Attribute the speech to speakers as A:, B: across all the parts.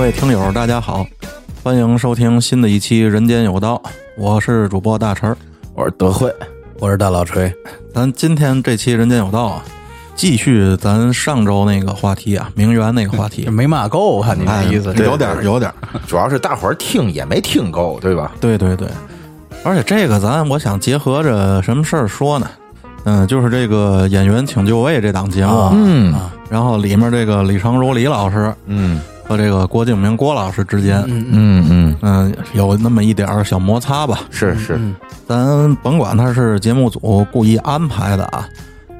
A: 位听友，大家好，欢迎收听新的一期《人间有道》，我是主播大陈儿。
B: 我是德惠，
C: 我是大老锤，
A: 咱今天这期《人间有道》啊，继续咱上周那个话题啊，名媛那个话题
C: 这。没骂够，我看你这意思。
A: 哎有点儿，有点儿。
B: 主要是大伙儿听也没听够，对吧？
A: 对对对，而且这个咱我想结合着什么事儿说呢？嗯，就是这个《演员请就位》这档节目，啊
B: 嗯
A: 然后里面这个李成儒李老师
B: 嗯
A: 和这个郭敬明郭老师之间，嗯
B: 嗯嗯，
A: 有那么一点儿小摩擦吧。
B: 是是，
A: 咱甭管他是节目组故意安排的啊，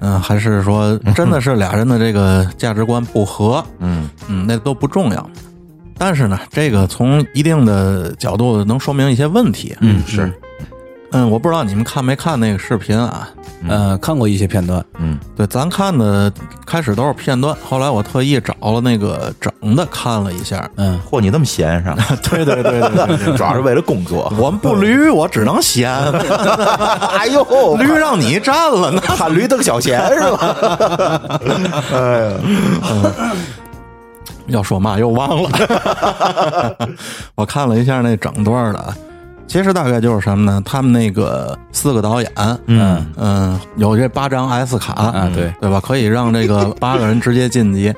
A: 嗯，还是说真的是俩人的这个价值观不合，
B: 嗯
A: 嗯，那都不重要。但是呢，这个从一定的角度能说明一些问题。
B: 嗯是，
A: 嗯，我不知道你们看没看那个视频啊？
C: 嗯，看过一些片段，
B: 嗯
A: 对，咱看的开始都是片段，后来我特意找了那个整的看了一下。
C: 嗯，
B: 嚯，你那么闲是吧？
A: 对对对对对，
B: 主要是为了工作。
A: 我们不驴，我只能 闲，
B: 哎 呦，
A: 驴让你占了呢。
B: 喊驴瞪小闲是吧？
A: 要说嘛又忘了。 我看了一下那整段的啊，其实大概就是什么呢？他们那个四个导演，嗯有这八张 S 卡啊
C: 对
A: 对嗯吧？可以让这 个八个人直接晋级。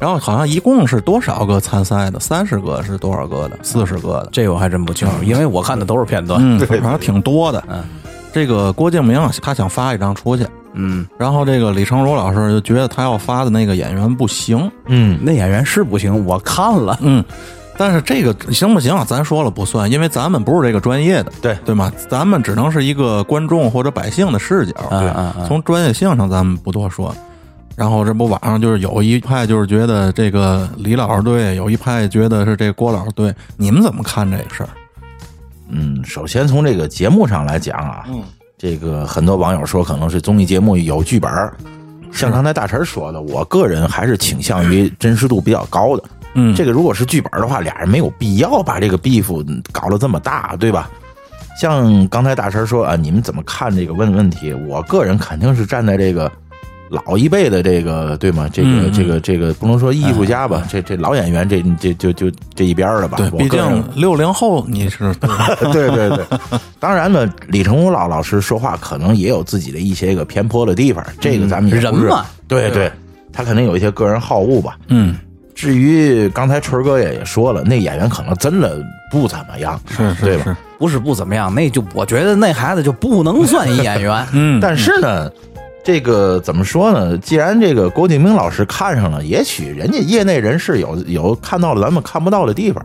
A: 然后好像一共是多少个参赛的？三十个是多少个的？四十个的？
C: 这个我还真不清楚，因为我看的都是片段。
A: 啊嗯，反正挺多的。嗯，这个郭敬明啊他想发一张出去，
C: 嗯，
A: 然后这个李成儒老师就觉得他要发的那个演员不行，
B: 嗯
C: 那演员是不行，我看了，
A: 嗯，但是这个行不行啊？咱说了不算，因为咱们不是这个专业的，
B: 对
A: 对吗？咱们只能是一个观众或者百姓的视角，
C: 嗯嗯嗯
A: 从专业性上咱们不多说。然后这不网上就是有一派就是觉得这个李老师对，有一派觉得是这郭老师对，你们怎么看这个事儿？
B: 嗯，首先从这个节目上来讲啊，这个很多网友说可能是综艺节目有剧本儿。像刚才大陈说的，我个人还是倾向于真实度比较高的。
A: 嗯
B: 这个如果是剧本的话，俩人没有必要把这个 beef 搞得这么大，对吧？像刚才大神说啊，你们怎么看这个问问题？我个人肯定是站在这个老一辈的这个对吗？这个、
A: 嗯嗯哎
B: 这个这个不能说艺术家吧，这这老演员这这就就这一边儿了吧？
A: 对，
B: 我
A: 毕
B: 个人
A: 竟六零后你是
B: 对对对，当然呢，李成儒老老师说话可能也有自己的一些个偏颇的地方，这个咱们也不是
C: 人嘛，
B: 对对，他肯定有一些个人好恶吧。
A: 嗯
B: 至于刚才春儿哥也也说了，那演员可能真的不怎么样，
A: 是
B: 对
A: 是
B: 吧？
A: 是，。
C: 不是不怎么样，那就我觉得那孩子就不能算一演员
A: 嗯，
B: 但是呢，这个怎么说呢？既然这个郭敬明老师看上了，也许人家业内人士有有看到了咱们看不到的地方。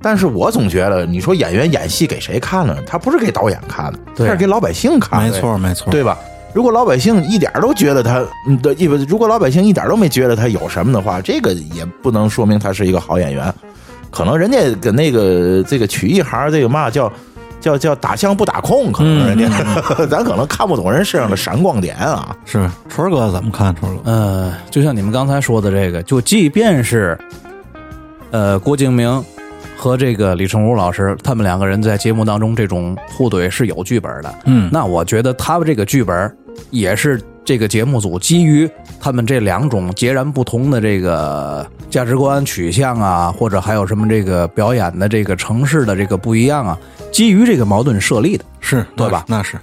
B: 但是我总觉得，你说演员演戏给谁看呢？他不是给导演看的，他
C: 对
B: 是给老百姓看的。
A: 没错没错，
B: 对吧？如果老百姓一点儿都觉得他，嗯，对，一不如果老百姓一点儿都没觉得他有什么的话，这个也不能说明他是一个好演员。可能人家跟那个这个曲艺行儿这个嘛叫叫叫打相不打空，可能人家、 咱可能看不懂人身上的闪光点啊。
A: 是春儿哥怎么看？春儿哥，
C: 嗯，就像你们刚才说的这个，就即便是，呃，郭敬明和这个李成儒老师，他们两个人在节目当中这种互怼是有剧本的。
A: 嗯
C: 那我觉得他们这个剧本也是这个节目组基于他们这两种截然不同的这个价值观取向啊，或者还有什么这个表演的这个城市的这个不一样啊，基于这个矛盾设立的。
A: 是
C: 对
A: 那
C: 吧
A: 那是，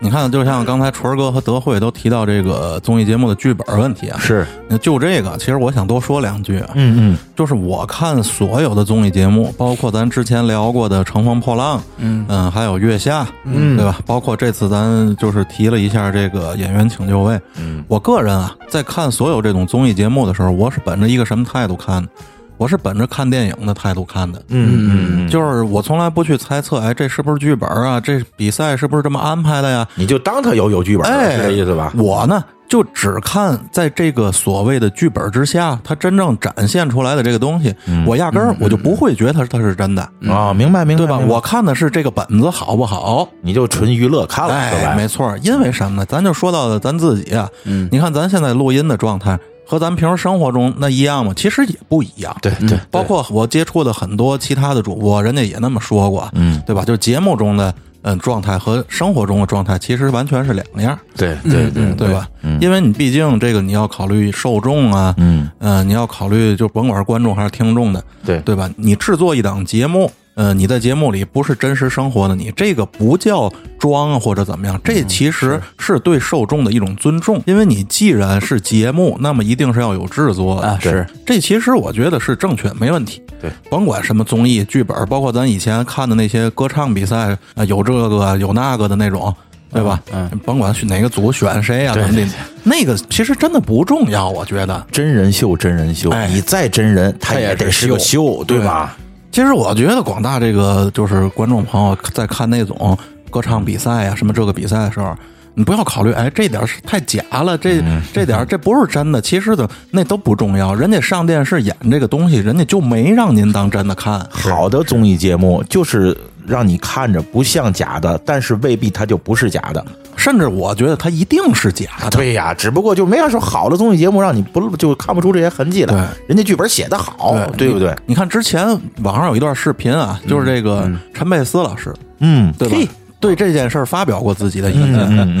A: 你看，就像刚才纯儿哥和德惠都提到这个综艺节目的剧本问题啊，
B: 是，
A: 那就这个，其实我想多说两句啊，
B: 嗯嗯，
A: 就是我看所有的综艺节目，包括咱之前聊过的《乘风破浪》，嗯还有《月下》，嗯，对吧？包括这次咱就是提了一下这个演员请就位，嗯，我个人啊，在看所有这种综艺节目的时候，我是本着一个什么态度看的？我是本着看电影的态度看的，
B: 嗯嗯嗯，
A: 就是我从来不去猜测，哎，这是不是剧本啊？这比赛是不是这么安排的呀？
B: 你就当他有有剧本儿，
A: 哎
B: 是这意思吧？
A: 我呢，就只看在这个所谓的剧本之下，它真正展现出来的这个东西，
B: 嗯
A: 我压根儿我就不会觉得它它是真的，
B: 啊、明白明白，
A: 对吧？
B: 明白
A: 我看的是这个本子好不好？
B: 你就纯娱乐看了，说
A: 哎，
B: 白了
A: 没错，因为什么呢？咱就说到了咱自己啊，嗯，你看咱现在录音的状态和咱平时生活中那一样吗？其实也不一样，
B: 对对，
A: 包括我接触的很多其他的主播，人家也那么说过，
B: 嗯，
A: 对吧？就是节目中的嗯状态和生活中的状态其实完全是两样儿，
B: 对对对
A: 嗯对吧？因为你毕竟这个你要考虑受众啊，
B: 嗯，
A: 呃，你要考虑就甭管是观众还是听众的，
B: 对
A: 对吧？你制作一档节目，呃，你在节目里不是真实生活的你，这个不叫装啊或者怎么样，这其实是对受众的一种尊重，因为你既然是节目，那么一定是要有制作的
C: 啊，是
A: 这其实我觉得是正确，没问题。
B: 对，
A: 甭管什么综艺剧本，包括咱以前看的那些歌唱比赛啊、有这个有那个的那种，对吧？嗯，甭管是哪个组选谁啊，怎么的，那个其实真的不重要，我觉得。
B: 真人秀，真人秀，
A: 哎
B: 你再真人，他
C: 他也
B: 也得
C: 是
B: 是个秀，对吧？
A: 其实我觉得广大这个就是观众朋友在看那种歌唱比赛啊，什么这个比赛的时候。你不要考虑，哎，这点儿是太假了，这这点儿这不是真的。其实的那都不重要，人家上电视演这个东西，人家就没让您当真的看。
B: 好的综艺节目就是让你看着不像假的，但是未必它就不是假的。
A: 甚至我觉得它一定是假的。
B: 啊对呀，只不过就没法说好的综艺节目让你不就看不出这些痕迹来。人家剧本写的好，哦对不对？
A: 哎你看之前网上有一段视频啊，就是这个陈佩斯老师，
B: 嗯，
A: 对吧？对这件事儿发表过自己的意见，
B: 嗯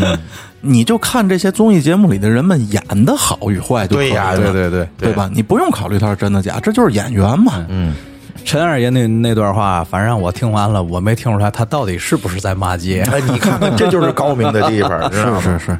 A: 你就看这些综艺节目里的人们演的好与坏就可以了，
B: 对呀，
A: 对
B: 对对
A: 吧？你不用考虑他是真的假，这就是演员嘛。嗯，
C: 陈二爷那那段话，反正我听完了，我没听出来他到底是不是在骂街。
B: 哎，你看看，这就是高明的地方， 是吧？
A: 是是，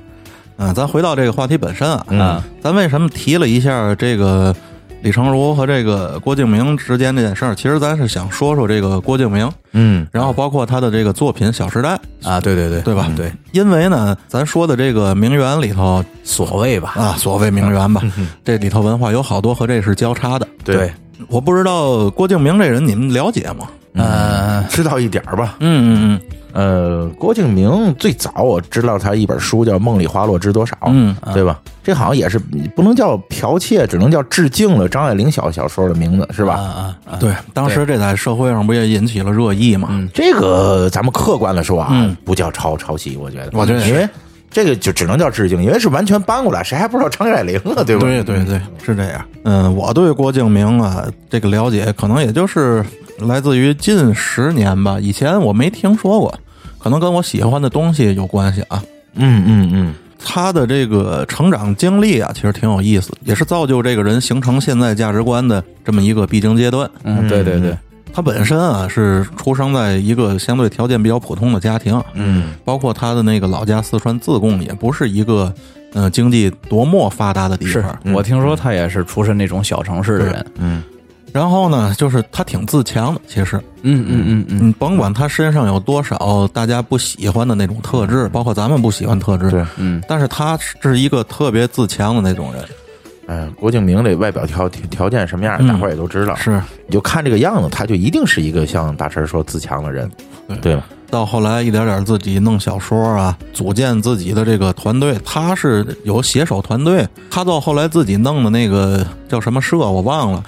A: 嗯，咱回到这个话题本身啊，嗯，咱为什么提了一下这个李成儒和这个郭敬明之间这件事儿？其实咱是想说说这个郭敬明，
B: 嗯，
A: 然后包括他的这个作品《小时代》，
C: 啊，对对对，
A: 对吧？
C: 对，，
A: 因为呢，咱说的这个名媛里头
C: 所谓吧，
A: 啊，所谓名媛吧，这里头文化有好多和这是交叉的。
B: 对，
A: 我不知道郭敬明这人你们了解吗？
C: 呃，
B: 知道一点儿吧。
A: 嗯嗯
B: 呃，郭敬明最早我知道他一本书叫《梦里花落知多少》，
A: 嗯，
B: 对吧？这好像也是不能叫剽窃，只能叫致敬了张爱玲小小说的名字，是吧？
C: 啊啊，
A: 嗯，对，嗯当时这在社会上不也引起了热议嘛？
B: 这个咱们客观的说啊，
A: 嗯
B: 不叫抄抄袭，我觉得，
A: 我觉得也是
B: 因为这个就只能叫致敬，因为是完全搬过来，谁还不知道张爱玲啊，对吧？
A: 对对对，是这样。嗯，我对郭敬明啊这个了解，可能也就是来自于近十年吧，以前我没听说过，可能跟我喜欢的东西有关系啊。
B: 嗯嗯嗯，
A: 他的这个成长经历啊，其实挺有意思，也是造就这个人形成现在价值观的这么一个必经阶段。
C: 嗯，对对对，
A: 他本身啊是出生在一个相对条件比较普通的家庭，嗯，包括他的那个老家四川自贡，也不是一个嗯、呃经济多么发达的地
C: 是
A: 方。
C: 我听说他也是出身那种小城市的人，
B: 嗯
A: 然后呢，就是他挺自强的，其实
C: 嗯嗯嗯嗯，
A: 你甭管他身上有多少大家不喜欢的那种特质，包括咱们不喜欢特质，
B: 对，
A: 嗯，但是他是一个特别自强的那种人，
B: 哎、郭敬明这外表条条件什么样，大伙儿也都知道，
A: 嗯是。
B: 你就看这个样子，他就一定是一个像大神说自强的人，对吧？
A: 到后来一点点自己弄小说啊，组建自己的这个团队，他是有写手团队，他到后来自己弄的那个叫什么社我忘了，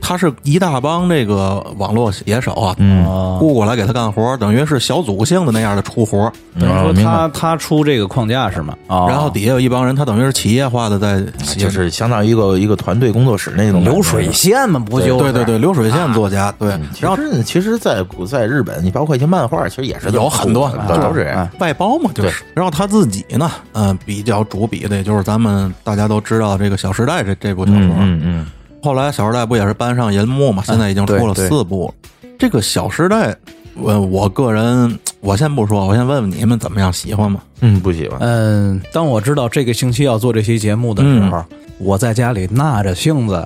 A: 他是一大帮这个网络写手啊，
C: 哦
A: 雇过来给他干活，等于是小组性的那样的出活，
C: 等于
B: 哦
C: 说
B: 明白
C: 他他出这个框架是吗？嗯哦啊
A: 然后底下有一帮人，他等于是企业化的在写，
B: 就是相当于一个一个团队工作室那种
C: 流水线嘛，不就是啊嗯
A: 对对对，流水线作家，对，然
B: 然
A: 后
B: 后其实在古，在日本，你包括一些漫画，其实也是
A: 有很多啊
B: 都都是这样。
A: 外包嘛，就是。然后他自己呢，嗯、比较主笔的，也就是咱们大家都知道这个《小时代》这这部小说，啊
B: 嗯嗯，
A: 后来《小时代》不也是搬上银幕嘛？现在已经出了
C: 对对
A: 四部了。这个《小时代》，我我个人，我先不说，我先问问你们怎么样，喜欢吗？
B: 嗯，不喜欢。
C: 嗯，当我知道这个星期要做这期节目的时候，我在家里捺着性子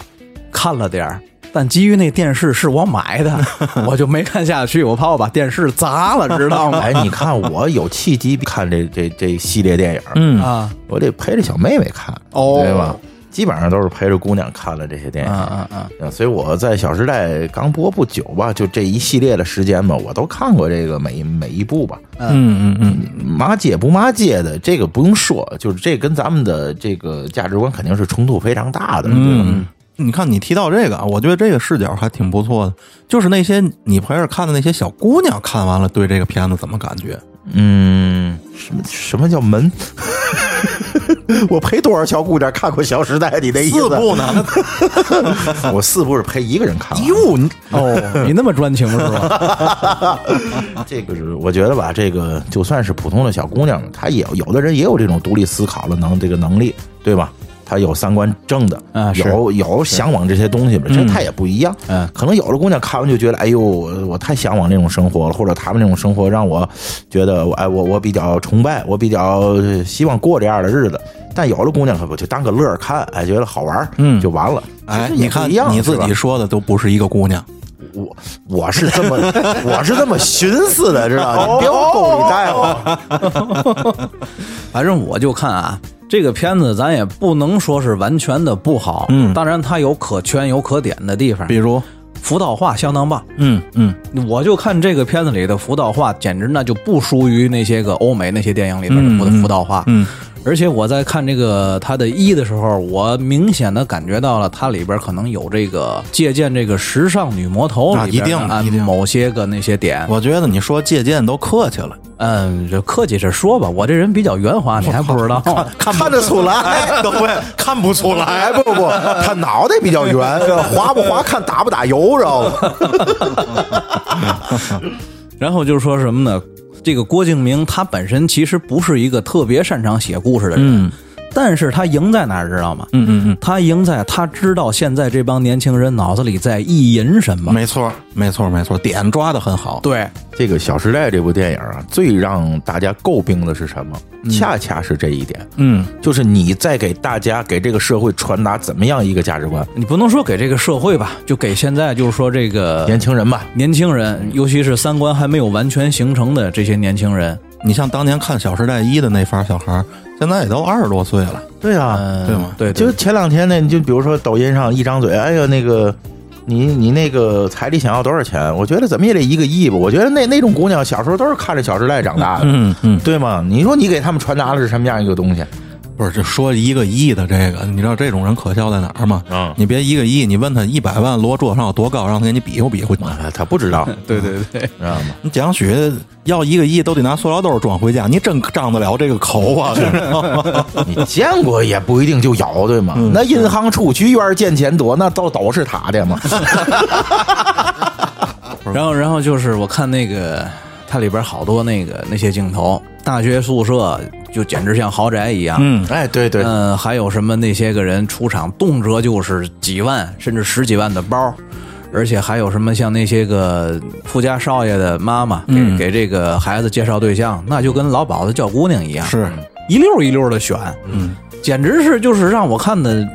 C: 看了点儿，但基于那电视是我买的，我就没看下去，我怕我把电视砸了，知道 吗？
B: 哎，你看我有契机看这这这系列电影，
A: 嗯
C: 啊，
B: 我得陪着小妹妹看，
C: 哦
B: 对吧？基本上都是陪着姑娘看了这些电影。
A: 啊
C: 嗯嗯嗯，
B: 嗯所以我在《小时代》刚播不久吧，就这一系列的时间吧，我都看过这个每每一部吧。
A: 嗯嗯嗯，
B: 妈界不妈界的，这个不用说，就是这跟咱们的这个价值观肯定是冲突非常大的。嗯，
A: 你看你提到这个啊，我觉得这个视角还挺不错的。就是那些你陪着看的那些小姑娘，看完了对这个片子怎么感觉？
B: 嗯，什么什么叫门？ 我陪多少小姑娘看过《小时代》？你的意思？
A: 四部呢？
B: 我四部是陪一个人看完。
A: 哟，你
C: 哦，你那么专情是吧？
B: 这个是我觉得吧，这个就算是普通的小姑娘，她也有的人也有这种独立思考的能这个能力，对吧？她有三观正的，
C: 啊是
B: 有有向往这些东西吧，这她也不一样。
C: 嗯
B: 可能有的姑娘看完就觉得，哎呦，我我太向往那种生活了，或者他们那种生活让我觉得，我哎，我我比较崇拜，我比较希望过这样的日子。但有的姑娘可不就当个乐儿看，哎，觉得好玩，嗯，就完了。
A: 哎，
B: 其实也
A: 你看
B: 不一样
A: 你自
B: 是吧
A: 己说的都不是一个姑娘，
B: 我我是这么 我是这么寻思的，知道
A: 哦
B: 吗？你别往沟里带我。
C: 反正我就看啊，这个片子咱也不能说是完全的不好，嗯，当然它有可圈有可点的地方
A: 比，如，
C: 辅导化相当棒。
A: 嗯嗯
C: 我就看这个片子里的辅导画，简直那就不输于那些个欧美那些电影里边的辅导画。
A: 嗯，
C: 而且我在看这个它的一的时候，我明显的感觉到了它里边可能有这个借鉴这个时尚女魔头
A: 啊
C: 里边的
A: 一定
C: 啊
A: 一定
C: 某些个那些点。
A: 我觉得你说借鉴都客气了，
C: 嗯，就客气着说吧，我这人比较圆滑，你还不知道。
B: 看得出来，
A: 各位看不出来，
B: 哎，不不，他脑袋比较 圆，滑不滑看打不打油，知道吗？
C: 然后就是说什么呢？这个郭敬明他本身其实不是一个特别擅长写故事的人，
A: 嗯
C: 但是他赢在哪儿知道吗？
A: 嗯嗯
C: 他赢在他知道现在这帮年轻人脑子里在意淫什
A: 嗯，
C: 么。
A: 没错没错没错，点抓的很好，
C: 对，
B: 这个《小时代》这部电影啊，最让大家诟病的是什么？恰恰是这一点，
A: 嗯，
B: 就是你在给大家、给这个社会传达怎么样一个价值观？
C: 你不能说给这个社会吧，就给现在就是说这个
A: 呃
B: 年轻人吧，
C: 年轻
A: 嗯
C: 人，尤其是三观还没有完全形成的这些年轻人，
A: 你像当年看《小时代一》的那帮小孩儿，现在也都二十多岁了，
B: 对啊，
C: 嗯，
A: 对吗
C: 对，对
B: 就前两天呢，你就比如说抖音上一张嘴，哎呀那个。你你那个彩礼想要多少钱？我觉得怎么也得一个亿吧。我觉得那那种姑娘小时候都是看着《小时代》长大的，
A: 嗯嗯。
B: 对吗？你说你给他们传达的是什么样一个东西？
A: 不是，就说一个亿的这个，你知道这种人可笑在哪儿吗？
C: 啊
B: 嗯
A: 你别一个亿，你问他一百万摞桌上有多高，让他给你比划比划。
B: 啊，他不知道，
C: 对对对，
B: 知道吗？
A: 你蒋许要一个亿都得拿塑料兜装回家，你真张得了这个口啊？知道吗
B: 你见过也不一定就有，对吗？
C: 嗯
B: 那银行储蓄院见钱多，那都都是他的嘛。
C: 然后然后就是我看那个它里边好多那个那些镜头，大学宿舍就简直像豪宅一样，嗯
B: 哎，对对，
C: 嗯，还有什么那些个人出场动辄就是几万甚至十几万的包，而且还有什么像那些个富家少爷的妈妈给、给这个孩子介绍对象，那就跟老鸨子叫姑娘一样，
A: 是，
C: 一溜一溜的选，
A: 嗯，
C: 简直是就是让我看的，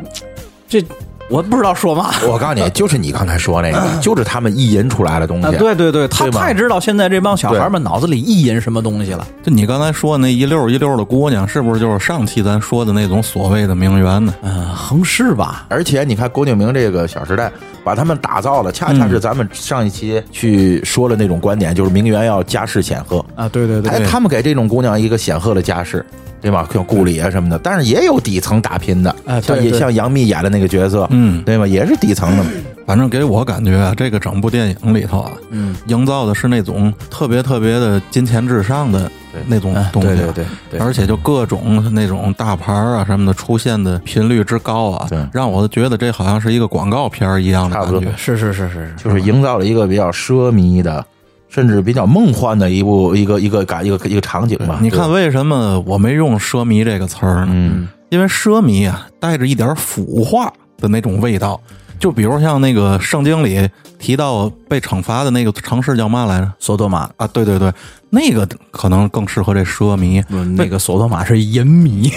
C: 这我不知道说嘛。
B: 我告诉你，就是你刚才说 那个，就是他们意淫出来的东
C: 啊，
B: 西。
C: 对对对，他
B: 对吧
C: 太知道现在这帮小孩们脑子里意淫什么东西了。
A: 就你刚才说那一溜儿一溜儿的姑娘，是不是就是上期咱说的那种所谓的名媛呢？
C: 嗯、横是吧？
B: 而且你看郭敬明这个《小时代》，把他们打造了，恰
C: 嗯
B: 恰是咱们上一期去说的那种观点，就是名媛要家世显赫。
C: 啊，对对
B: 哎，他们给这种姑娘一个显赫的家世，对吧？像顾里啊什么的，但是也有底层打拼的，
C: 哎对
B: 像也
C: 对
B: 像杨幂演的那个角色，
A: 嗯
B: 对吧？也是底层的嘛。
A: 反正给我感觉啊，这个整部电影里头啊，
C: 嗯，
A: 营造的是那种特别特别的金钱至上的那种
C: 哎
A: 东西啊、
C: 对对对对
A: 而且就各种那种大牌儿啊什么的出现的频率之高啊，
B: 对
A: 让我觉得这好像是一个广告片儿一样的
B: 差
A: 感
B: 不多
A: 觉。
C: 是是是是是，
B: 就是营造了一个比较奢靡的，甚至比较梦幻的一部一个一个感一个一个场景吧。
A: 你看，为什么我没用“奢靡”这个词儿呢？
B: 嗯，
A: 因为奢靡啊，带着一点腐化的那种味道。就比如像那个圣经里提到被惩罚的那个城市叫嘛来着？
C: 索多玛，
A: 啊，对对对，那个可能更适合这奢靡。
C: 嗯那个索多玛是淫迷。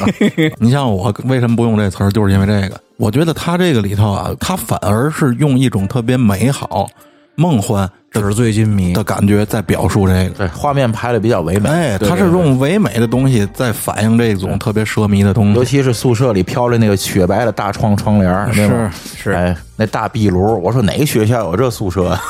A: 你像我为什么不用这词儿，就是因为这个。我觉得他这个里头啊，他反而是用一种特别美好、梦幻
C: 纸醉金迷
A: 的感觉在表述这个。
B: 对，画面拍的比较唯美，
A: 哎，
B: 对
A: 他是
B: 对对
A: 用唯美的东西在反映这种特别奢靡的东
B: 尤
A: 西。
B: 其是宿舍里飘着那个雪白的大窗窗帘儿，对吧
C: 是
B: 哎，那大壁炉，我说哪个学校有这宿舍？啊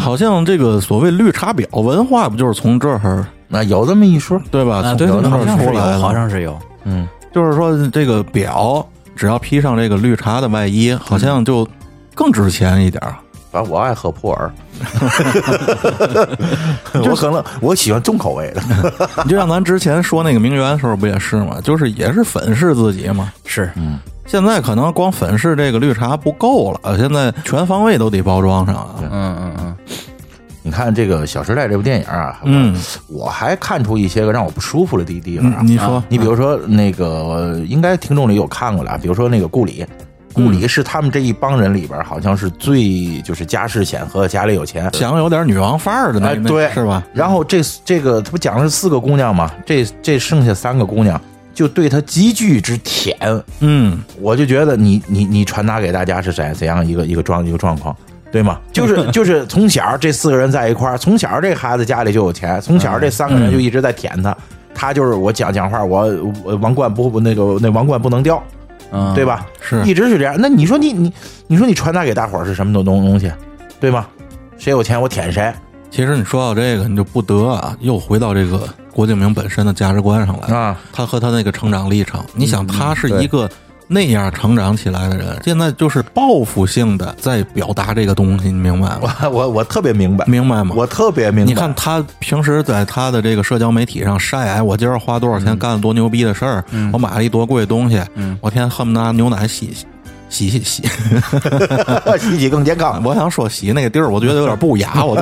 A: 好像这个所谓绿茶婊文化，不就是从这儿
B: 那有这么一说，
A: 对吧？
C: 啊，
A: 从
C: 对
A: 这儿
C: 对，好像是
A: 出
C: 有，
A: 来
C: 好
A: 的。
C: 像是有。
B: 嗯，
A: 就是说，这个 婊只要披上这个绿茶的外衣，好像就更值钱一点儿。
B: 反正我爱喝普洱，我可能我喜欢重口味的。
A: 你就像咱之前说那个名媛的时候，不也是吗？就是也是粉饰自己嘛。
C: 是，
A: 现在可能光粉饰这个绿茶不够了，现在全方位都得包装上啊。
C: 嗯嗯嗯，
B: 你看这个《小时代》这部电影啊，
A: 嗯，
B: 我还看出一些个让我不舒服的地地方啊。
A: 嗯你说
B: 啊你比如说那个，应该听众里有看过了啊，比如说那个顾里。顾里是他们这一帮人里边，好像是最就是家世显赫，家里有钱，
A: 想有点女王范儿的那、
B: 哎
A: 那
B: 对
A: 是吧？
B: 然后这这个他不讲的是四个姑娘嘛，这这剩下三个姑娘就对他极具之舔，
A: 嗯，
B: 我就觉得你你你传达给大家是怎怎样一个一个状一个状况，对吗？就是就是从小这四个人在一块儿，从小这孩子家里就有钱，从小这三个人就一直在舔他，他就是我讲讲话，我我王冠不不那个那王冠不能掉，
C: 嗯
B: 对？吧？
A: 是
B: 一直是这样。那你说你你你说你传达给大伙儿是什么东东东西，对吗？谁有钱我舔谁
A: 其实你说到这个，你就不得啊，又回到这个郭敬明本身的价值观上来了。
B: 啊？
A: 他和他那个成长历程，你想，他是一个那样成长起来的人，现在就是报复性的在表达这个东西，你明白吗？
B: 我我我特别明白，
A: 明白吗？
B: 我特别明白。
A: 你看他平时在他的这个社交媒体上晒，哎，我今儿花多少钱干了多牛逼的事儿，我买了一多贵的东西，我天，恨不得拿牛奶洗洗洗洗，
B: 洗洗更健康。
A: 我想说洗那个地儿，我觉得有点不雅，我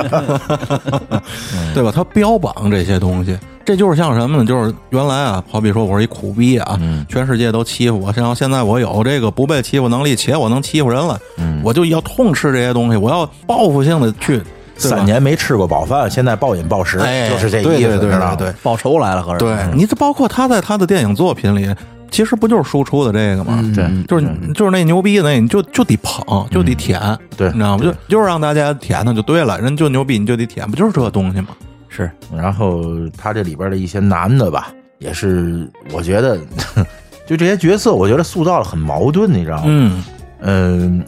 A: 对吧？他标榜这些东西，这就是像什么呢？就是原来啊，好比说我是一苦逼啊，全世界都欺负我，然后现在我有这个不被欺负能力，且我能欺负人了，我就要痛斥这些东西，我要报复性的去。 对吧
B: 三年没吃过饱饭，现在暴饮暴食，
A: 哎
B: 就是这意思，
A: 对对对
B: 知道吗
A: 对对
C: 报仇来了，合着嗯
A: 对你这包括他在他的电影作品里，其实不就是输出的这个吗？
B: 对嗯
A: 就是就是那牛逼的那，你就就得捧，就得舔，
B: 对
A: 你知道吗？就就是让大家舔他就对了，人就牛逼你就得舔，不就是这东西吗？
C: 是，
B: 然后他这里边的一些男的吧，也是我觉得， 就这些角色，我觉得塑造的很矛盾，你知道吗？
A: 嗯，
B: 嗯，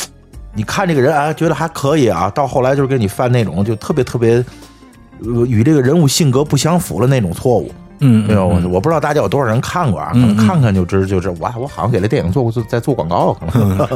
B: 你看这个人啊，觉得还可以啊，到后来就是给你犯那种就特别特别。呃与这个人物性格不相符的那种错误，
A: 嗯，
B: 没有，我我不知道大家有多少人看过啊，可能看看就知就知。我我好像给这电影做过在做广告，可
A: 嗯
B: 能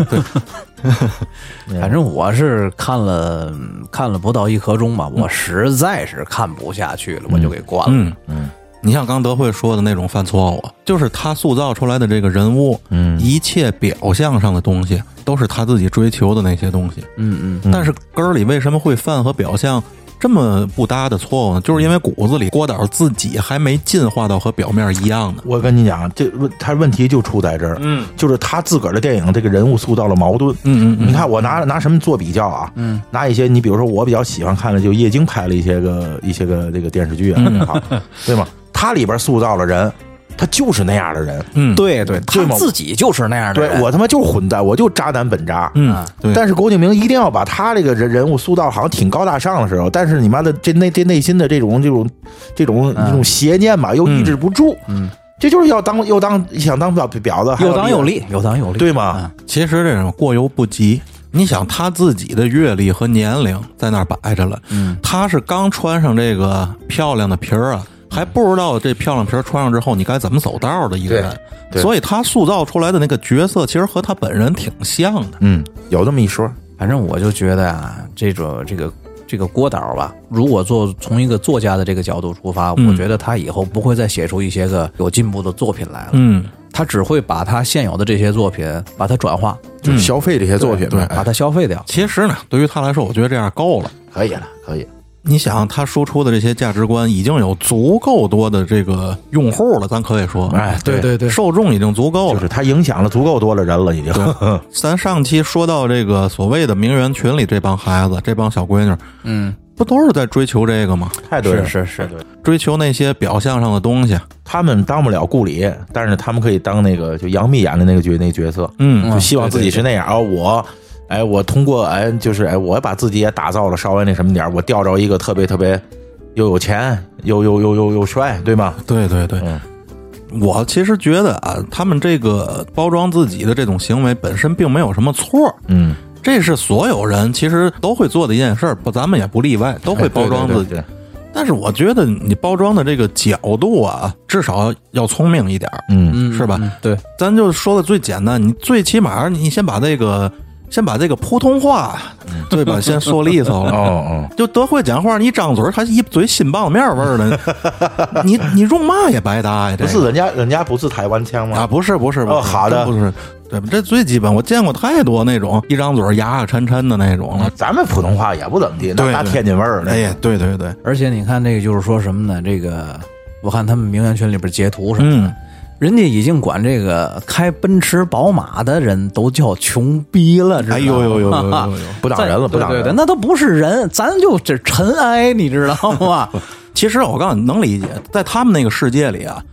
C: 反正我是看了看了不到一刻钟吧，我实在是看不下去了，我就给关了。
A: 嗯嗯。你像刚德惠说的那种犯错误，就是他塑造出来的这个人物，嗯，一切表象上的东西都是他自己追求的那些东西，
C: 嗯
A: 但是根儿里为什么会犯和表象这么不搭的错误呢？就是因为骨子里郭导自己还没进化到和表面一样呢。
B: 我跟你讲，这问他问题就出在这儿，嗯，就是他自个儿的电影这个人物塑造了矛盾，
A: 嗯嗯
B: 你看我拿拿什么做比较啊？嗯，拿一些你比如说我比较喜欢看的，就叶京拍了一些个一些个这个电视剧啊，好，对吗？他里边塑造了人，他就是那样的人，
A: 嗯，
C: 嗯，对对，
B: 对
C: 他
B: 嘛
C: 自己就是那样的
B: 对
C: 人。
B: 我他妈就是混蛋，我就渣男本渣，
A: 嗯，对。
B: 但是郭敬明一定要把他这个人人物塑造好像挺高大上的时候，但是你妈的这内这内心的这种这种这种这种邪念吧，又抑制不住，嗯，这就是要当又当想当表婊子，还
C: 有当有
B: 利，
C: 利，有当有利，
B: 对吗？
A: 其实这种过犹不及。你想他自己的阅历和年龄在那儿摆着了，嗯，他是刚穿上这个漂亮的皮儿啊，还不知道这漂亮皮儿穿上之后你该怎么走道的一个人，
B: 对
A: 所以他塑造出来的那个角色其实和他本人挺像的。
B: 嗯，有这么一说，
C: 反正我就觉得啊，这种这个这个郭导吧，如果做从一个作家的这个角度出发，我觉得他以后不会再写出一些个有进步的作品来了。
A: 嗯，
C: 他只会把他现有的这些作品把它转化，
B: 就是消费这些作品呗，
C: 把它消费掉。
A: 其实呢，对于他来说，我觉得这样够了。
B: 可以了，可以，
A: 你想，他输出的这些价值观已经有足够多的这个用户了，咱可以说，
B: 哎，对，
C: 对
A: 受众已经足够
B: 就
A: 了
B: 是。他影响了足够多的人了，已经，
A: 咱上期说到这个所谓的名媛群里这帮孩子，这帮小闺女，
C: 嗯，
A: 不都是在追求这个吗？
B: 太对了，
C: 是是是
B: 太对了。
A: 追求那些表象上的东西。
B: 他们当不了顾里，但是他们可以当那个就杨幂演的那个角那角色，
A: 嗯，
B: 就希望自己是那样啊、我。哎，我通过哎，就是哎，我把自己也打造了稍微那什么点儿，我调着一个特别特别又有钱又又又又又帅，对吗？
A: 对对对。
B: 嗯
A: 我其实觉得啊，他们这个包装自己的这种行为本身并没有什么错，
B: 嗯，
A: 这是所有人其实都会做的一件事儿，不，咱们也不例外，都会包装自己。
B: 嗯哎对对对
A: 但是我觉得你包装的这个角度啊，至少要聪明一点儿，
B: 嗯，
C: 嗯
A: 是吧？
C: 嗯对，
A: 咱就说的最简单，你最起码你先把这个先把这个普通话对 吧？先说利索了。
B: 哦
A: 就德惠讲话，你一张嘴儿还一嘴新棒子面味儿呢，你你用嘛也白搭呀？这
B: 不
A: 个
B: 是人家人家不是台湾腔
A: 啊，
B: 吗？
A: 不是不是，不是
B: 哦好
A: 真
B: 的
A: 不是，对，这最基本，我见过太多那种一张嘴儿牙牙碜碜的那种了。
B: 啊咱们普通话也不怎么地，那
A: 对
B: 大
A: 对
B: 天津味儿呢
A: 哎。呀，对对对，
C: 而且你看这个就是说什么呢？这个我看他们名媛群里边截图什么的，
A: 嗯
C: 人家已经管这个开奔驰、宝马的人都叫穷逼了，知道吗
A: 哎呦呦呦呦呦呦，
B: 不当人了，不
C: 对
B: 当
C: 对
B: 人
C: 对，
B: 了。
C: 那都不是人，咱就这尘埃，你知道 吗？
A: 其实我告诉你，能理解，在他们那个世界里啊，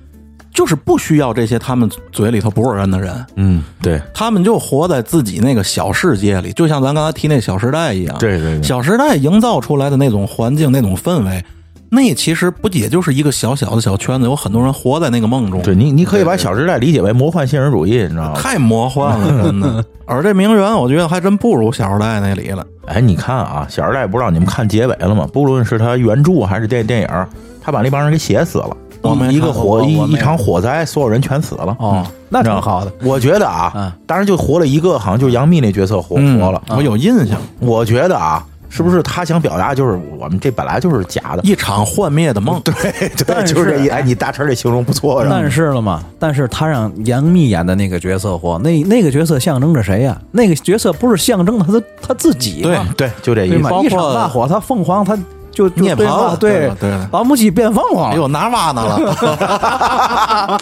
A: 就是不需要这些他们嘴里头不是人的人，
B: 嗯，对，
A: 他们就活在自己那个小世界里，就像咱刚才提那《小时代》一样。
B: 对对对
A: 小时代》营造出来的那种环境、那种氛围，那其实不也就是一个小小的小圈子，有很多人活在那个梦中。
B: 对你你可以把《小时代》理解为魔幻现实主义，你知道吗？
A: 太魔幻 了，真的。而这名媛，我觉得还真不如《小时代》那里了。
B: 哎，你看啊，《小时代》不知道你们看结尾了吗？不论是他原著还是电电影儿，他把那帮人给写死了。
A: 我没
B: 一一个
A: 看过
B: 火一
A: 我没
B: 一场火灾，所有人全死了。
C: 哦，那挺好的。
B: 我觉得啊
C: 嗯，
B: 当然就活了一个，好像就是杨幂那角色活
A: 嗯
B: 活了。
A: 我有印象，
B: 我觉得啊，是不是他想表达就是我们这本来就是假的？
A: 一场幻灭的梦。对，啊
B: 对，
C: 但是
B: 就是这意哎，你大成这形容不错，是啊吧
C: 但是了嘛，但是他让杨幂演的那个角色火，那那个角色象征着谁呀、那个角色不是象征他的他自己吗？
B: 对，就这意
C: 对
B: 思
C: 吗。
A: 包？括
C: 一场大火，他凤凰，他就就
A: 涅槃
C: 对吧
A: 了对
C: 对
A: 了对了
C: 老母鸡变凤凰
A: 哎
C: 了。
A: 呦，拿袜子了。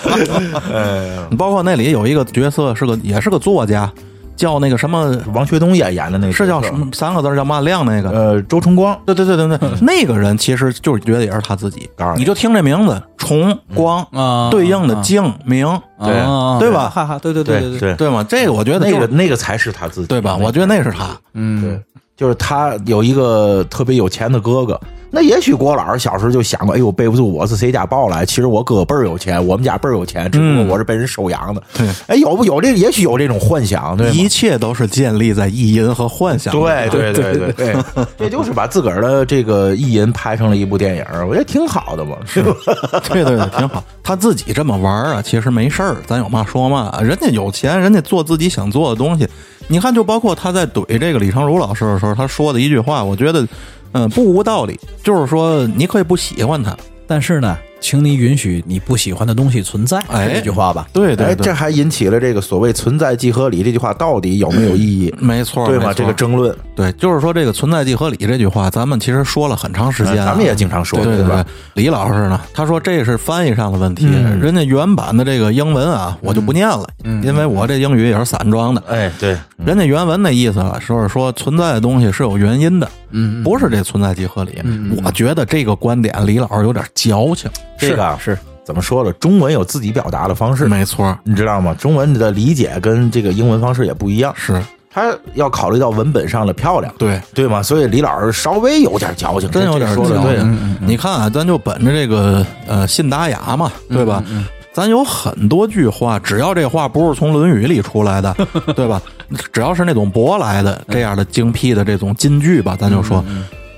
A: 包括那里有一个角色是个也是个作家，叫那个什么，
B: 王学冬演演的那个
A: 是叫
B: 角色
A: 什么？三个字儿叫嘛亮那个。
B: 呃，周崇光。
A: 对对对对对，那个人其实就是觉得也是他自己
B: 当然。了
A: 你就听这名字，崇光
C: 啊
A: 对应的静明，
B: 对
C: 啊
A: 对吧
C: 哈哈，对对对对，
B: 对，
A: 对吗？这个我觉得
B: 那
A: 就
B: 个
A: 是
B: 那个才是他自己，
A: 对吧？我觉得那是他。
C: 嗯，
B: 对，就是他有一个特别有钱的哥哥。那也许郭老师小时候就想过，哎呦，背不住我是谁家抱来？其实我哥倍儿有钱，我们家倍儿有钱，只不过我是被人收养的。
A: 嗯对
B: 哎，有不有这？也许有这种幻想，对吗
A: 一？切都是建立在意淫和幻想。，
B: 对对对对对，这就是把自个儿的这个意淫拍成了一部电影，我觉得挺好的嘛，是吧？
A: 对对对，挺好。他自己这么玩儿啊，其实没事儿，咱有嘛说嘛。人家有钱，人家做自己想做的东西。你看，就包括他在怼这个李成儒老师的时候，他说的一句话，我觉得，嗯，不无道理。就是说，你可以不喜欢他，
C: 但是呢，请你允许你不喜欢的东西存在，
A: 哎
C: 是这句话吧。
A: 对
B: 哎，
A: 对对，
B: 这还引起了这个所谓“存在即合理”这句话到底有没有意义？
A: 没错，
B: 对
A: 嗯没
B: 吗？
A: 错
B: 这个争论，
A: 对，就是说这个“存在即合理”这句话，咱们其实说了很长时间了、
B: 哎咱们也经常说
A: 对
B: 对
A: 对
B: 吧？嗯
A: 李老师呢，他说这是翻译上的问题，人家原版的这个英文啊，我就不念了，因为我这英语也是散装的。
B: 哎，对，
A: 人家原文的意思啊，说是说存在的东西是有原因的，嗯，不是这存在即合理。我觉得这个观点李老师有点矫情，
B: 这个啊
C: 是嗯
B: 怎么说了？中文有自己表达的方式，
A: 没错，
B: 你知道吗？中文的理解跟这个英文方式也不一样，
C: 嗯
A: 是
B: 它要考虑到文本上的漂亮，
A: 对。
B: 对吗？所以李老师稍微有点矫情，
A: 真有点
B: 这
A: 儿
B: 说的
A: 矫
B: 对
A: 情。
C: 嗯
A: 你看啊，咱就本着这个呃信达雅嘛，对吧？咱有很多句话，只要这话不是从《论语》里出 来的，对吧？只要是那种舶来的这样的精辟的这种金句吧，咱就说，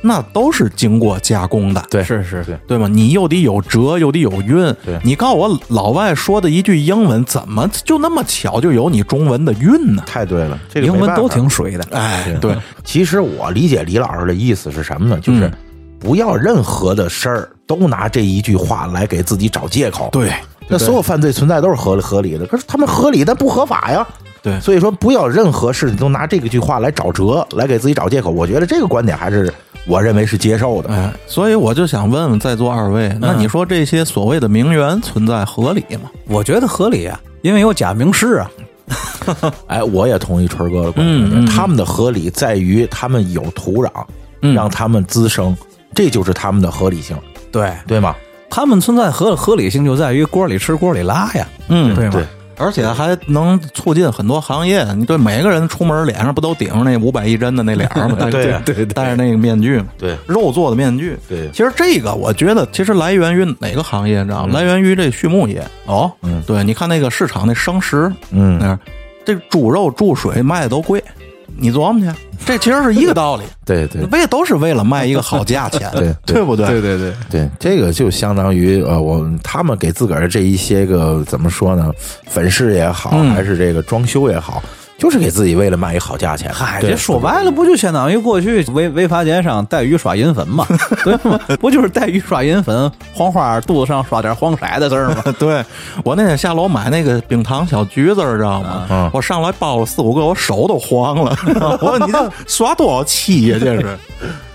A: 那都是经过加工的。
B: 对，
C: 是是
B: 对
A: 对吗？你又得有辙，又得有韵。
B: 对
A: 你告诉我老外说的一句英文，怎么就那么巧就有你中文的韵呢？
B: 太对了，这个
C: 英
B: 没
C: 文
B: 办
C: 都
B: 法
C: 挺嗯水的，
A: 哎，对，
B: 其实我理解李老师的意思是什么呢？就是
A: 嗯
B: 不要任何的事儿都拿这一句话来给自己找借口。，
A: 对，
B: 那所有犯罪存在都是合合理的，可是他们合理但不合法呀。
A: 对
B: 所以说不要任何事情都拿这个句话来找辙，来给自己找借口。我觉得这个观点还是我认为是接受的。
A: 哎，所以我就想问问在座二位，那你说这些所谓的名媛存在合理吗？
C: 我觉得合理啊，因为有假名师啊。
B: 哎，我也同意春儿哥的观点，
A: 嗯
B: 他们的合理在于他们有土壤，
A: 嗯
B: 让他们滋生，这就是他们的合理性，
C: 对
B: 对吗？
C: 他们存在合合理性就在于锅里吃锅里拉呀，
A: 嗯，
C: 对吗？
B: 对
A: 而且还能促进很多行业。你对每个人出门脸上不都顶着那五百一针的那脸儿 吗？戴
B: 对
A: 着
B: 呀
A: 对，戴着那个面具嘛，
B: 对
A: 肉做的面具。
B: 对
A: 其实这个我觉得其实来源于哪个行业，你知
B: 嗯
A: 道吗？来源于这畜牧业。嗯
C: 哦，
A: 对，你看那个市场那生食，
B: 嗯
A: 那儿这猪肉、注水卖的都贵，你琢磨去，这其实是一个道理，
B: 对 对
A: 为都是为了卖一个好价钱，
B: 对对
A: 不对？
C: 对对，
B: 对，这个就相当于呃，我他们给
A: 嗯
B: 自个儿这一些个怎么说呢，粉饰也好，还是这个装修也好，就是给自己为了卖一好价钱。
C: 嗨，
B: 对
C: 这说白了不就相当于过去违违法奸商带鱼耍银粉嘛， 对吗？不就是带鱼耍银粉，黄花肚子上刷点黄色的事儿吗？
A: 对我那天下楼买那个冰糖小橘子儿，知道吗？
B: 嗯
A: 我上来包了四五个，我手都黄了。 我说你这耍多少气呀、这是，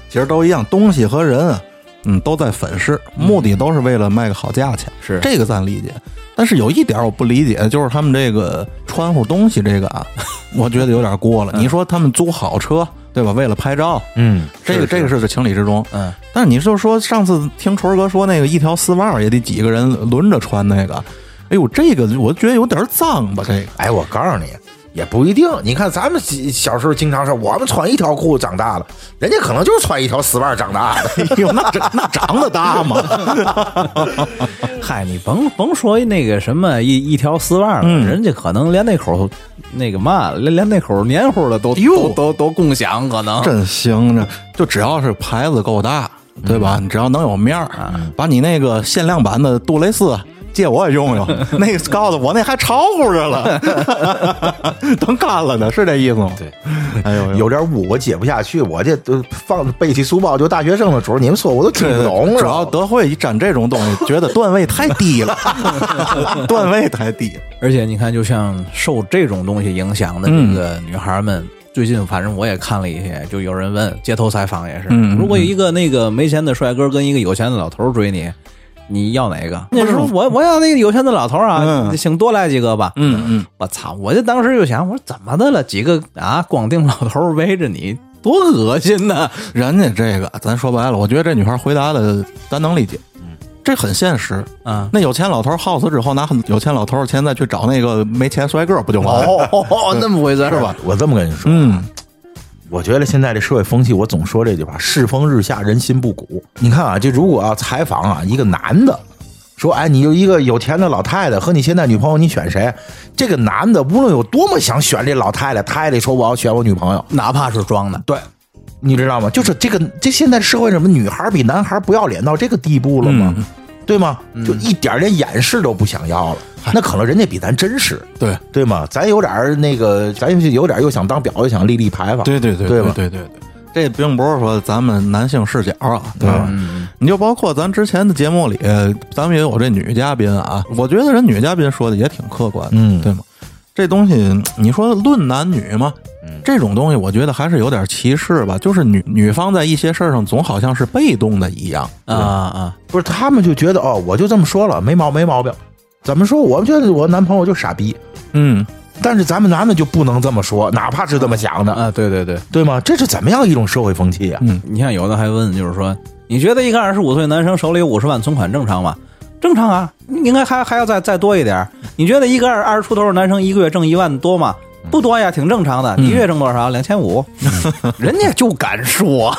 A: 其实都一样，东西和人啊，嗯，都在粉饰，目
B: 嗯
A: 的都是为了卖个好价钱。
C: 是
A: 这个咱理解，但是有一点我不理解，就是他们这个穿乎东西这个啊， 我觉得有点过了。你说他们租好车，对吧？为了拍照，
B: 嗯，
A: 这个这个是情理之中。
C: 嗯，
A: 但是你就说上次听锤儿哥说那个一条丝袜儿也得几个人轮着穿那个，哎呦，这个我觉得有点脏吧，这个。
B: 哎，我告诉你，也不一定。你看咱们小小时候经常说，我们穿一条裤长大的，人家可能就是穿一条丝袜长大的。
A: 哎呦，那长那长得大 吗？哎
C: 嗨，你甭甭说那个什么一一条丝袜了，
A: 嗯
C: 人家可能连那口那个嘛，连连那口黏糊的都
A: 哟
C: 都都都共享，可能
A: 真行哎这就只要是牌子够大，对吧？你只要能有面儿，把你那个限量版的杜蕾斯借我也用用， 那个告诉我那还潮乎着 了，等干了呢，是这意思吗？
B: 对，
A: 哎呦，
B: 有点污，我解不下去。我这都放背起书包就大学生的时候，你们说我都听不懂。
A: 主
B: 知道
A: 要
B: 吗
A: 德惠一沾这种东西，觉得段位太低了， 段位太低了。
C: 而且你看，就像受这种东西影响的
A: 嗯
C: 这个女孩们，最近反正我也看了一些，就有人问街头采访也是，
A: 嗯
C: 如果有一个那个没钱的帅哥跟一个有钱的老头追你，你要哪个？那时候我我要那个有钱的老头啊，
A: 嗯
C: 请多来几个吧。
A: 嗯嗯，
C: 我操！我就当时就想，我说怎么的了？几个啊，光腚老头围着你，多恶心呐！
A: 人家这个，咱说白了，我觉得这女孩回答的咱能理解，这很现实。
C: 啊！
A: 那有钱老头耗死之后，拿有钱老头的钱再去找那个没钱帅哥，不就完了？
B: 哦，
C: 哦， 那么回事儿
B: 是吧？？我这么跟你说，
A: 嗯，
B: 我觉得现在这社会风气，我总说这句话：世风日下，人心不古。你看啊，就如果要、采访啊，一个男的说：“哎，你就一个有钱的老太太和你现在女朋友，你选谁？”这个男的无论有多么想选这老太太，他也得说我要选我女朋友。
C: 哪怕是装的，
B: 对，你知道吗？就是这个，这现在社会什么女孩比男孩不要脸到这个地步了吗？对吗？就一点儿连掩饰都不想要了，那可能人家比咱真实。
A: 对，
B: 对吗？咱有点儿那个，咱有点儿又想当婊，又想立立牌坊。
A: 对对对
B: 对吧
A: 对对对，这并不是说咱们男性视角啊，对吧？你就包括咱之前的节目里，咱们也有这女嘉宾啊，我觉得人女嘉宾说的也挺客观的，
B: 嗯
A: 对吗？这东西你说论男女嘛，这种东西我觉得还是有点歧视吧，就是女女方在一些事儿上总好像是被动的一样，
C: 啊啊！
B: 不是他们就觉得哦，我就这么说了，没毛没毛病。怎么说？我觉得我男朋友就傻逼，
A: 嗯，
B: 但是咱们男的就不能这么说，哪怕是这么想的，
C: 啊，对对对，
B: 对吗？这是怎么样一种社会风气呀、啊
A: 嗯
C: 你像有的还问，就是说，你觉得一个二十五岁男生手里有五十万存款正常吗？正常啊，应该还还要再再多一点儿。你觉得一个二二十出头的男生一个月挣一万多吗？不多呀，挺正常的。你一月挣多少？两千五，嗯 人家就敢说，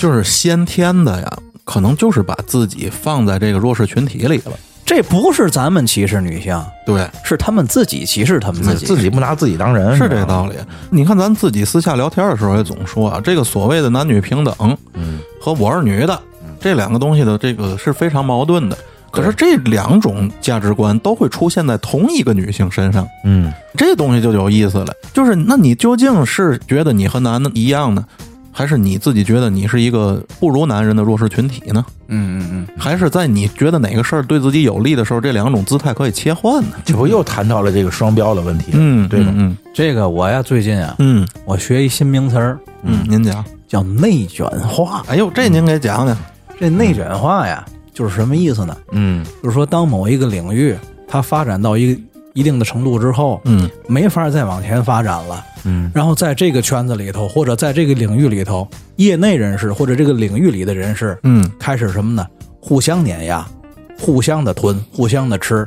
A: 就是先天的呀，可能就是把自己放在这个弱势群体里了，
C: 这不是咱们歧视女性，
A: 对。
C: 是他们自己歧视他嗯们自己。
B: 自己不拿自己当人，
A: 是这道理。你看，咱自己私下聊天的时候也总说啊，这个所谓的男女平等，嗯，和我是女的这两个东西的这个是非常矛盾的。可是这两种价值观都会出现在同一个女性身上，
B: 嗯，
A: 这东西就有意思了。就是，那你究竟是觉得你和男的一样呢，还是你自己觉得你是一个不如男人的弱势群体呢？
C: 嗯嗯嗯。
A: 还是在你觉得哪个事儿对自己有利的时候，这两种姿态可以切换呢？
B: 这不又谈到了这个双标的问题？
A: 嗯，
B: 对吧？
A: 嗯
C: 这个我呀，最近啊，
A: 嗯
C: 我学一新名词儿，
A: 嗯，您讲。
C: 叫内卷化。
A: 哎呦，这您给讲讲。
C: 这内卷化呀，就是什么意思呢？
B: 嗯
C: 就是说，当某一个领域它发展到一个一定的程度之后，
A: 嗯，
C: 没法再往前发展了。
B: 嗯，
C: 然后在这个圈子里头，或者在这个领域里头，业内人士或者这个领域里的人士，
A: 嗯
C: 开始什么呢？互相碾压，互相的吞，互相的吃。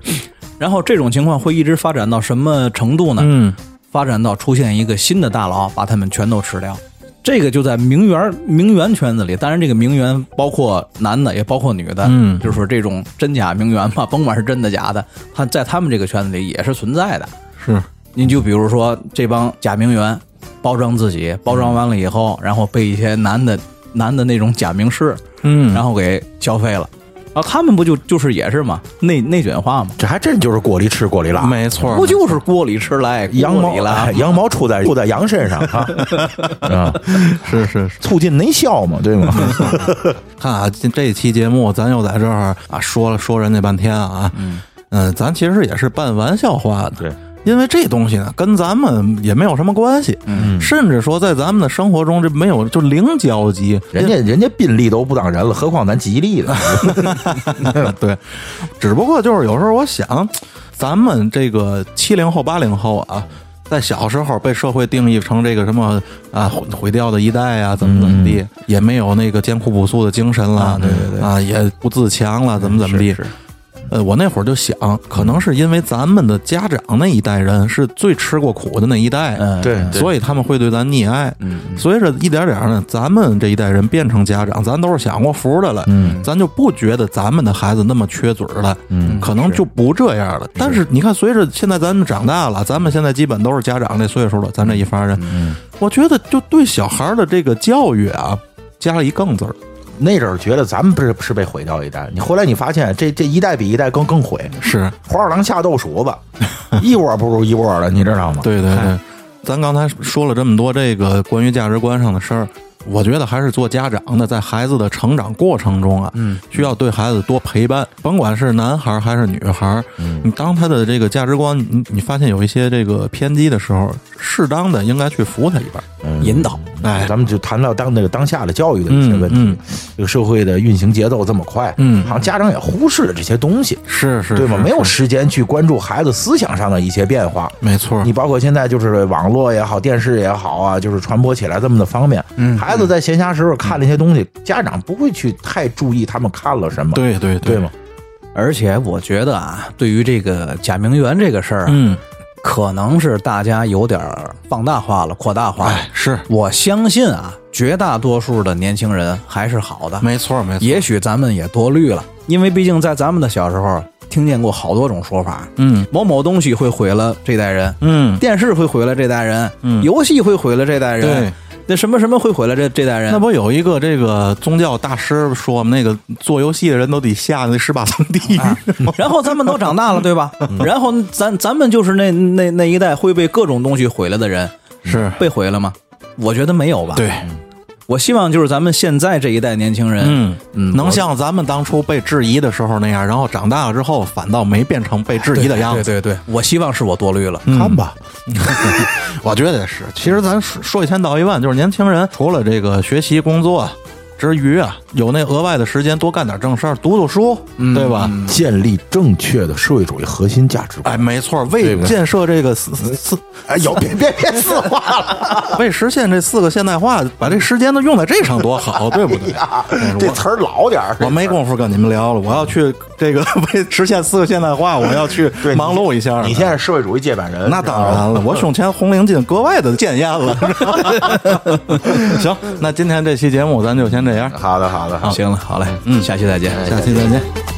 C: 然后这种情况会一直发展到什么程度呢？
A: 嗯
C: 发展到出现一个新的大佬，把他们全都吃掉。这个就在名媛名媛圈子里，当然这个名媛包括男的，也包括女的，
A: 嗯
C: 就是说这种真假名媛嘛，甭管是真的假的，他在他们这个圈子里也是存在的。
A: 是，
C: 你就比如说这帮假名媛包装自己，包装完了以后，然后被一些男的男的那种假名士，
A: 嗯
C: 然后给消费了。啊，他们不就就是也是嘛，内内卷化嘛，
B: 这还真就是锅里吃锅里拉，
A: 没错，
C: 不就是锅里吃来
B: 羊
C: 锅
B: 毛
C: 里拉
B: 哎？羊毛出在出在羊身上 啊，啊，
A: 是是是。
B: 促进内销嘛，对吗？
A: 看啊，这这一期节目咱又在这儿啊说了说人家半天啊，嗯、咱其实也是半玩笑话的，
B: 对。
A: 因为这东西呢，跟咱们也没有什么关系，嗯，甚至说在咱们的生活中，这没有就零交集。
B: 人家人家宾利都不当人了，何况咱吉利的？
A: 对，只不过就是有时候我想，咱们这个七零后、八零后啊，在小时候被社会定义成这个什么啊毁毁掉的一代啊，怎么怎么地，也没有那个艰苦朴素的精神了，对对嗯对，啊，也不自强了，怎么怎么地。呃，我那会儿就想，可能是因为咱们的家长那一代人是最吃过苦的那一代，
C: 嗯，
B: 对对
A: 所以他们会对嗯咱溺爱。随着一点点儿呢，咱们这一代人变成家长，咱都是享过福的了，咱就不觉得咱们的孩子那么缺嘴儿了，可能就不这样了。但嗯是你看，随着现在咱们长大了，咱们现在基本都是家长这岁数了，咱这一发人，我觉得就对小孩儿的这个教育啊，加了一“更”字儿。
B: 那阵儿觉得咱们不是是被毁掉一代，你后来你发现这这一代比一代更更毁，
A: 是
B: 黄鼠狼下豆鼠吧， 一窝不如一窝了，你知道吗？
A: 对对对，咱刚才说了这么多这个关于价值观上的事儿，我觉得还是做家长的，在孩子的成长过程中啊，嗯，需要对孩子多陪伴，甭管是男孩儿还是女孩儿，
B: 嗯
A: 你当他的这个价值观，你你发现有一些这个偏激的时候，适当的应该去扶他一把，
C: 引导，
A: 哎，
B: 嗯咱们就谈到当那个当下的教育的一些问题，
A: 嗯嗯
B: 这个社会的运行节奏这么快，
A: 嗯
B: 好像家长也忽视了这些东西，
A: 是是，
B: 对吗？
A: 是
B: 没有
A: 是
B: 时间去关注孩子思想上的一些变化。
A: 没错，
B: 你包括现在就是网络也好，电视也好啊，就是传播起来这么的方便。嗯，孩子在闲暇时候看那些东西，家长不会去太注意他们看了什么，
A: 对对嗯
B: 对？吗？
C: 而且我觉得啊，对于这个假名媛这个事儿啊，
A: 嗯，
C: 可能是大家有点儿放大化了、扩大化了。
A: 哎，是
C: 我相信啊，绝大多数的年轻人还是好的，
A: 没错没错，
C: 也许咱们也多虑了，因为毕竟在咱们的小时候听见过好多种说法，
A: 嗯
C: 某某东西会毁了这代人，
A: 嗯，
C: 电视会毁了这代人，
A: 嗯
C: 游戏会毁了这代人
A: 对，
C: 那什么什么会毁了这这代人
A: 那。不有一个这个宗教大师说吗？那个做游戏的人都得下那十八层地狱。
C: 然后咱们都长大了，对吧？
A: 嗯
C: 然后咱咱们就是那那那一代会被各种东西毁了的人，
A: 是
C: 被毁了吗？我觉得没有吧。，
A: 对，
C: 我希望就是咱们现在这一代年轻人，
A: 嗯
C: 嗯
A: 能像咱们当初被质疑的时候那样，然后长大了之后反倒没变成被质疑的样子。
C: 对嗯对对，我希望是我多虑了。
B: 看吧，
A: 我觉得也是。其实咱说说一千道一万，就是年轻人除了这个学习工作之余啊，有那额外的时间多干点正事儿，读读书，对吧？
B: 建立正确的社会主义核心价值观。
A: 哎，没错，为
B: 对
A: 建设这个四四四，
B: 哎呦，别别别四化了，
A: 为实现这四个现代化，把这时间都用在这上多好，对不对？哎
B: 这
A: 我
B: 词儿老点儿。
A: 我没工夫跟你们聊了，我要去这个 为实现四个现代化，我要去
B: 对你
A: 忙碌一下了。
B: 你现在是社会主义接班人，
A: 那当然了，我胸前红领巾格外的鲜艳了。 行，那今天这期节目咱就先这样，
B: 好的好的好的。
C: 行了，好嘞，嗯，下期再见，
A: 下期再见。